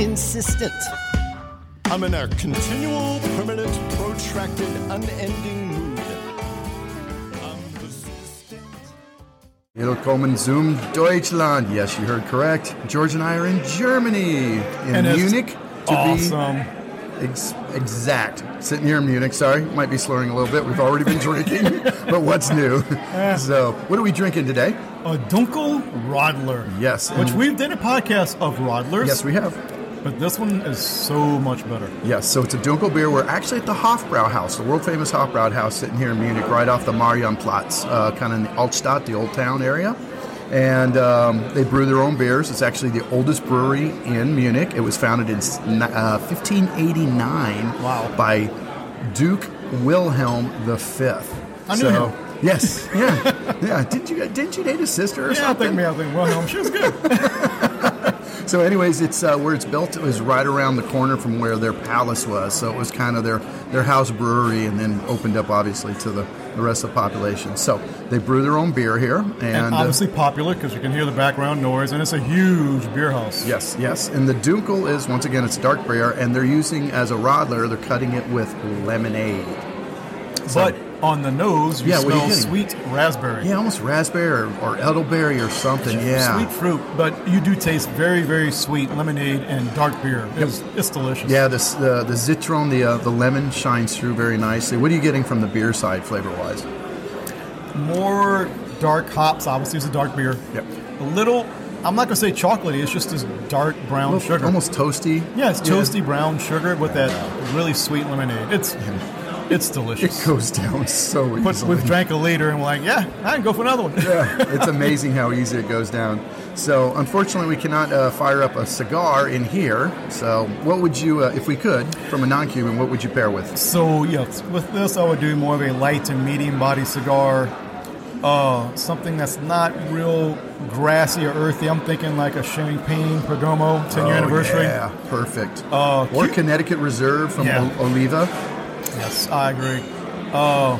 consistent. I'm in a continual, permanent, protracted, unending mood. I'm persistent. Willkommen zum Deutschland. Yes, you heard correct. George and I are in Germany, in And it's Munich, to awesome. be ex- exact. Sitting here in Munich. Sorry, might be slurring a little bit. We've already been drinking, but what's new? Eh. so, what are we drinking today? A Dunkel Rodler. Yes, Which and- we've done a podcast of Rodlers. Yes, we have. But this one is so much better. Yes, so it's a Dunkel beer. We're actually at the Hofbrauhaus, the world famous Hofbrauhaus, sitting here in Munich, right off the Marienplatz, uh, kind of in the Altstadt, the old town area. And um, they brew their own beers. It's actually the oldest brewery in Munich. It was founded in s- ni- uh, 1589 Wow. by Duke Wilhelm V. I knew so, him. Yes, yeah, yeah. Didn't you didn't you date his sister or Yeah, I something? think me, I think Wilhelm. She was good. So, anyways, it's uh, where it's built. It was right around the corner from where their palace was, so it was kind of their their house brewery, and then opened up obviously to the, the rest of the population. So they brew their own beer here, and, and uh, obviously popular because you can hear the background noise, and it's a huge beer house. yes, yes, and the Dunkel is once again it's dark beer, and they're using as a rodler. They're cutting it with lemonade. But on the nose, you Yeah, what are smell you sweet raspberry. Yeah, almost raspberry or, or elderberry or something. Yeah, Sweet fruit, but you do taste very, very sweet lemonade and dark beer. It's, it's delicious. Yeah, this, the the citron, the uh, the lemon shines through very nicely. What are you getting from the beer side, flavor wise? More dark hops, obviously, it's a dark beer. Yep. A little, I'm not going to say chocolatey, it's just this dark brown Almost, sugar. almost toasty. Yeah, it's toasty brown sugar with that really sweet lemonade. It's it's It delicious. goes down so But easily. we've drank a liter and we're like, yeah, I can go for another one. Yeah, it's amazing how easy it goes down. So, unfortunately, we cannot uh, fire up a cigar in here. So, what would you, uh, if we could, from a non-Cuban, what would you pair with? So yes, with this I would do more of a light to medium body cigar, uh, something that's not real grassy or earthy. I'm thinking like a champagne Perdomo 10 year anniversary. Oh, yeah, perfect. Uh, or Connecticut Reserve from Yeah. Ol- Oliva. Yes, I agree. Uh,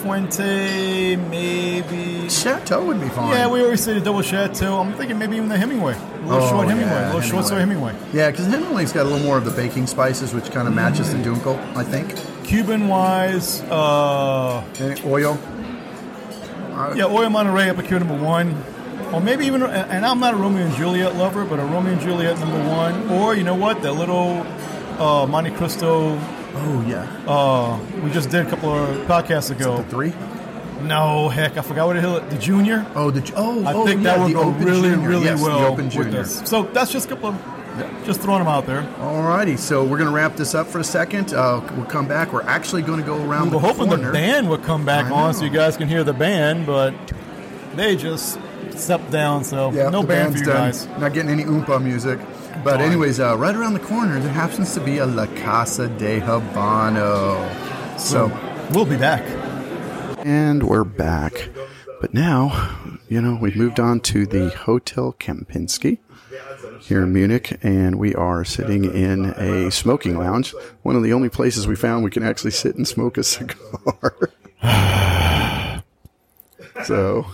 Fuente, maybe. Chateau would be fine. Yeah, we always say the double chateau. I'm thinking maybe even the Hemingway, a little Oh, short yeah, Hemingway, a little short so Hemingway. Yeah, because Hemingway's got a little more of the baking spices, which kind of matches Mm. the dunkel, I think. Cuban wise, uh, And oil. yeah, Oil Monterey up at Q number one, or maybe even, and I'm not a Romeo and Juliet lover, but a Romeo and Juliet number one, or you know what, that little uh, Monte Cristo. Oh yeah, Uh, we just did a couple of podcasts the ago. three. No, heck, I forgot what the hell. The junior. Oh, the oh, I oh, think yeah, that would the go Open really, Junior. really yes, well The Open with Junior. this. So that's just a couple of, just throwing them out there. Alrighty, so we're going to wrap this up for a second. Uh, we'll come back. We're actually going to go around We were the hoping corner. the band would come back I on so know. you guys can hear the band, but they just stepped down, so yeah, no the band band's for you done. guys. Not getting any oompa music. But Darn. anyways, uh, right around the corner, there happens to be a La Casa de Habano. So, We'll be back. and we're back. But now, you know, we've moved on to the Hotel Kempinski here in Munich, and we are sitting in a smoking lounge. One of the only places we found we can actually sit and smoke a cigar. so,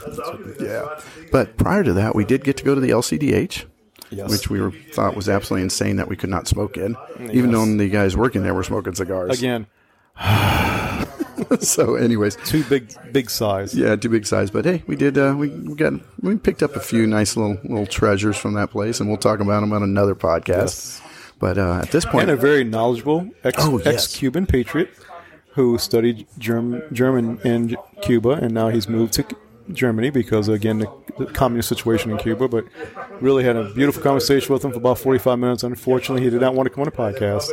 yeah. But prior to that, we did get to go to the LCDH. Which we were, thought was absolutely insane that we could not smoke in, even though the guys working there were smoking cigars. Again, so, anyways, two big big size. Yeah, too big size. But hey, we did. Uh, we we got we picked up a few nice little little treasures from that place, and we'll talk about them on another podcast. Yes. But uh, at this point, And a very knowledgeable ex Oh, yes. ex-Cuban patriot who studied Germ- German in Cuba, and now he's moved to Germany because again the, the communist situation in Cuba. But really had a beautiful conversation with him for about 45 minutes. Unfortunately, he did not want to come on a podcast.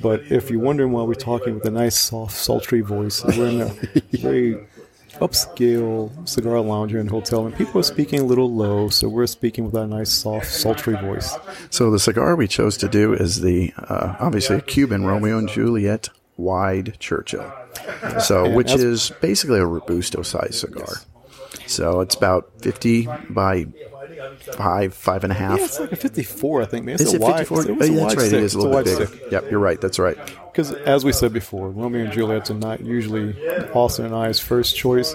But if you're wondering why we're talking with a nice, soft, sultry voice, we're in a very upscale cigar lounge and hotel, and people are speaking a little low, so we're speaking with that nice, soft, sultry voice. so the cigar we chose to do is the uh, obviously a Cuban Romeo and Juliet Wide Churchill. So, which that's- is basically a robusto size cigar. So it's about fifty by five, five and a half. Yeah, it's like a 54, I think. man. It's is a it wide- fifty-four? it's a Oh, yeah, wide that's right. stick. It is It's a little wide bit stick. bigger. Yep, you're right. That's right. Because as we said before, Romeo and Juliet's are not usually Austin and I's first choice.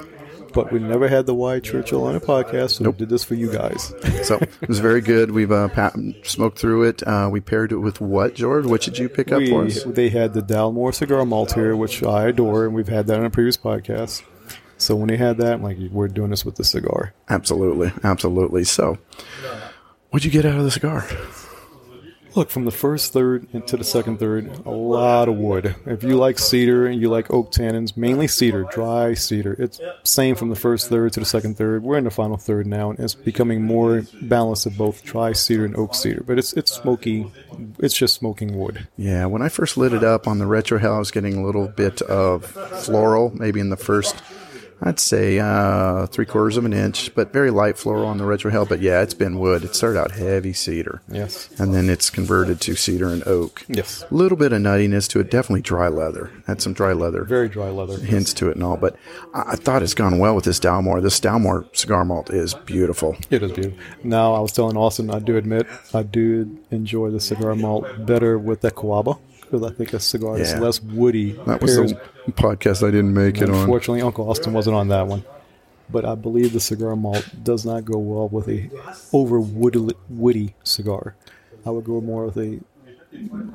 but we never had the Y Churchill on a podcast, so we did this for you guys. So it was very good. We've uh, pat- smoked through it. Uh, we paired it with what, George? What did you pick up We- for us? they had the Dalmore cigar malt here, which I adore, and we've had that on a previous podcast. So when they had that, I'm like, we're doing this with the cigar. Absolutely, absolutely. So, what'd you get out of the cigar? Look, from the first third into the second third, a lot of wood. If you like cedar and you like oak tannins, mainly cedar, dry cedar, it's same from the first third to the second third. We're in the final third now, and it's becoming more balanced of both dry cedar and oak cedar. But it's it's smoky. It's just smoking wood. Yeah, when I first lit it up on the retro hill, I was getting a little bit of floral, maybe in the first, I'd say uh, three quarters of an inch, but very light floral on the retro hill. But yeah, it's been wood. It started out heavy cedar. Yes. And then it's converted to cedar and oak. Yes. A little bit of nuttiness to it, definitely dry leather. Had some dry leather. Very dry leather. hints to it and all. But I, I thought it's gone well with this Dalmore. This Dalmore cigar malt is beautiful. It is beautiful. Now, I was telling Austin, I do admit, I do enjoy the cigar malt better with the Coaba because I think a cigar that's Yeah. less woody. That was pairs- the podcast I didn't make it on. Unfortunately, Uncle Austin wasn't on that one. But I believe the cigar malt does not go well with a over woody, woody cigar. I would go more with a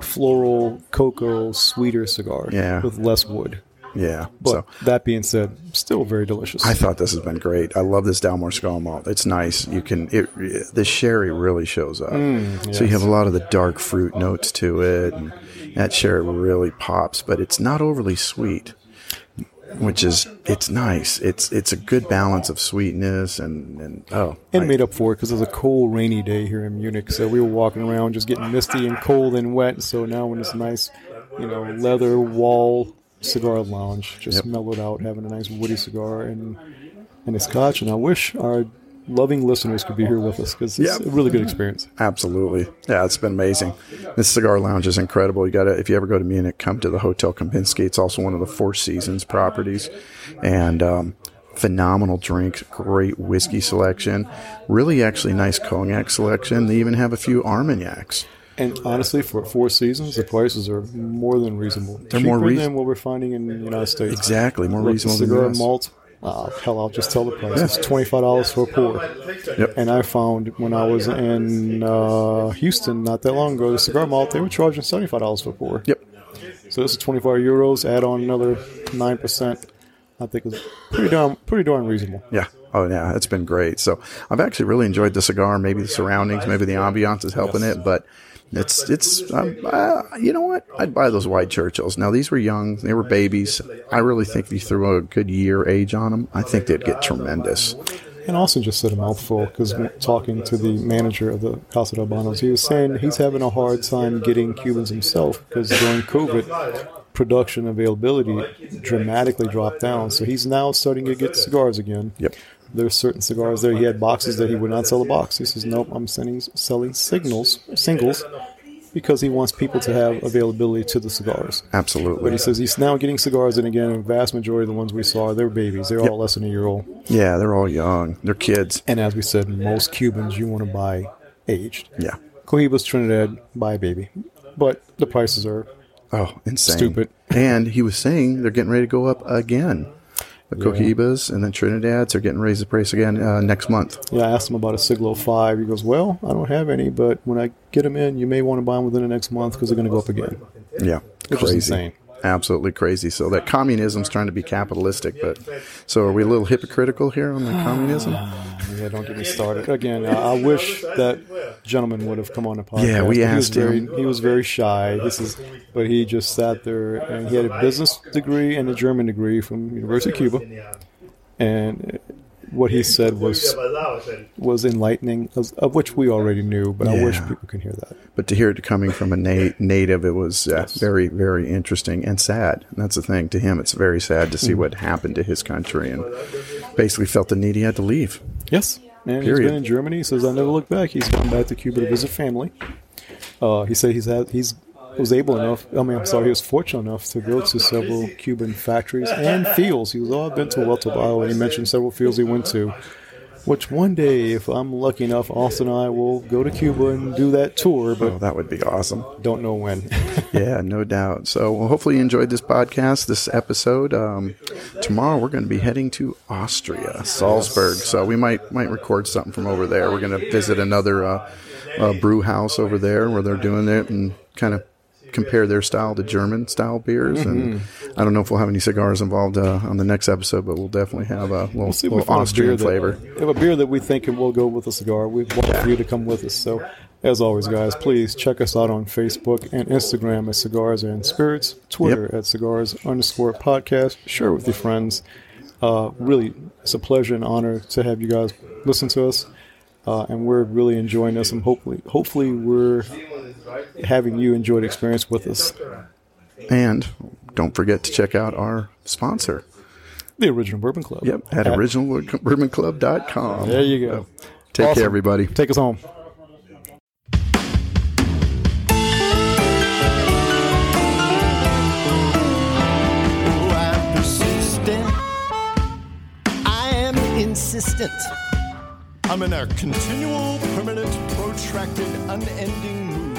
floral, cocoa, sweeter cigar Yeah. with less wood. Yeah. But so that being said, still very delicious. I thought this has been great. I love this Dalmore cigar malt. It's nice. You can it the sherry really shows up. Mm, So you have a lot of the dark fruit notes to it, and that sherry really pops. But it's not overly sweet, which is it's nice. It's it's a good balance of sweetness and and oh, and I- made up for it because it was a cold, rainy day here in Munich. So we were walking around just getting misty and cold and wet. So now when it's nice, you know, leather wall cigar lounge, just Yep. mellowed out, having a nice woody cigar and and a scotch. And I wish our loving listeners could be here with us because it's Yep. a really good experience. Absolutely. Yeah, it's been amazing. This cigar lounge is incredible. You got to, if you ever go to Munich, come to the Hotel Kempinski. It's also one of the Four Seasons properties. And, um, phenomenal drinks, great whiskey selection, really actually nice cognac selection. They even have a few Armagnacs. And honestly, for four seasons, the prices are more than reasonable. They're more cheaper reas- than what we're finding in the United States. Exactly. More Look, the reasonable cigar than us. malt. Oh, hell, I'll just tell the price. It's twenty five dollars for a pour. Yep. And I found when I was in uh, Houston not that long ago, the cigar malt they were charging seventy five dollars for a pour. Yep. So this is twenty five euros. Add on another nine percent. I think it's pretty darn pretty darn reasonable. Yeah. Oh, yeah. It's been great. So I've actually really enjoyed the cigar. Maybe the surroundings, maybe the ambiance is helping it, but it's, it's, um, uh, you know what? I'd buy those white Churchills. Now, these were young. They were babies. I really think if you threw a good year age on them, I think they'd get tremendous. And Austin just said a mouthful because talking to the manager of the Casa de Habanos, he was saying he's having a hard time getting Cubans himself because during COVID, production availability dramatically dropped down. So he's now starting to get cigars again. Yep. There's certain cigars there. He had boxes that he would not sell a box. He says, nope, I'm sending, selling signals, singles because he wants people to have availability to the cigars. But Absolutely. he says he's now getting cigars, and again, the vast majority of the ones we saw, they're babies. They're all less than a year old. Yeah. They're all young. They're kids. And as we said, most Cubans you want to buy aged. Yeah. Cohiba's Trinidad, buy a baby. But the prices are Oh, insane. Stupid. And he was saying they're getting ready to go up again. The Cohibas and then Trinidad's are getting raised the price again uh, next month. Yeah, I asked him about a Siglo 5. He goes, Well, I don't have any, but when I get them in, you may want to buy them within the next month because they're going to go up again. Yeah, Which is insane. Absolutely crazy. So that communism's trying to be capitalistic, but so are we a little hypocritical here on the communism? Yeah, don't get me started. Again, I I wish that gentleman would have come on the podcast. Yeah, we He was asked very- him. He was very shy. This is, but he just sat there and he had a business degree and a German degree from University of Cuba. And uh, what he said was was enlightening, of of which we already knew, but I wish Yeah. people can hear that. But to hear it coming from a na- native, it was uh, very, very interesting and sad. And that's the thing to him; it's very sad to see what happened to his country, and basically felt the need he had to leave. Yes. And he's Period. been in Germany. He says, I never look back. He's gone back to Cuba to visit family. Uh, he said he's had, he's was able enough. I mean, I'm sorry, he was fortunate enough to go to several Cuban factories and fields. He was, oh, I've been to El Tobago, and he mentioned several fields he went to. Which one day, if I'm lucky enough, Austin and I will go to Cuba and do that tour, Oh, but that would be awesome. don't know when. Yeah, no doubt. So, well, hopefully you enjoyed this podcast, this episode. Um, tomorrow we're going to be heading to Austria, Salzburg. So we might might record something from over there. We're going to visit another uh, uh, brew house over there where they're doing it and kind of compare their style to German style beers. And Mm-hmm. I don't know if we'll have any cigars involved uh, on the next episode, but we'll definitely have a little, We'll see if we little find a beer Austrian that- flavor. If a beer that we think it will go with a cigar, we want for you to come with us. So, as always, guys, please check us out on Facebook and Instagram at Cigars and Spirits, Twitter at Cigars underscore podcast. Share with your friends. Uh, really, it's a pleasure and honor to have you guys listen to us. Uh, and we're really enjoying this, and hopefully, hopefully, we're having you enjoy the experience with us. And don't forget to check out our sponsor. The original Bourbon Club. Yep, at originalbourbon.club.com. There you go. Take Awesome. care, everybody. Take us home. Oh, I'm persistent. I am insistent. I'm in a continual, permanent, protracted, unending mood.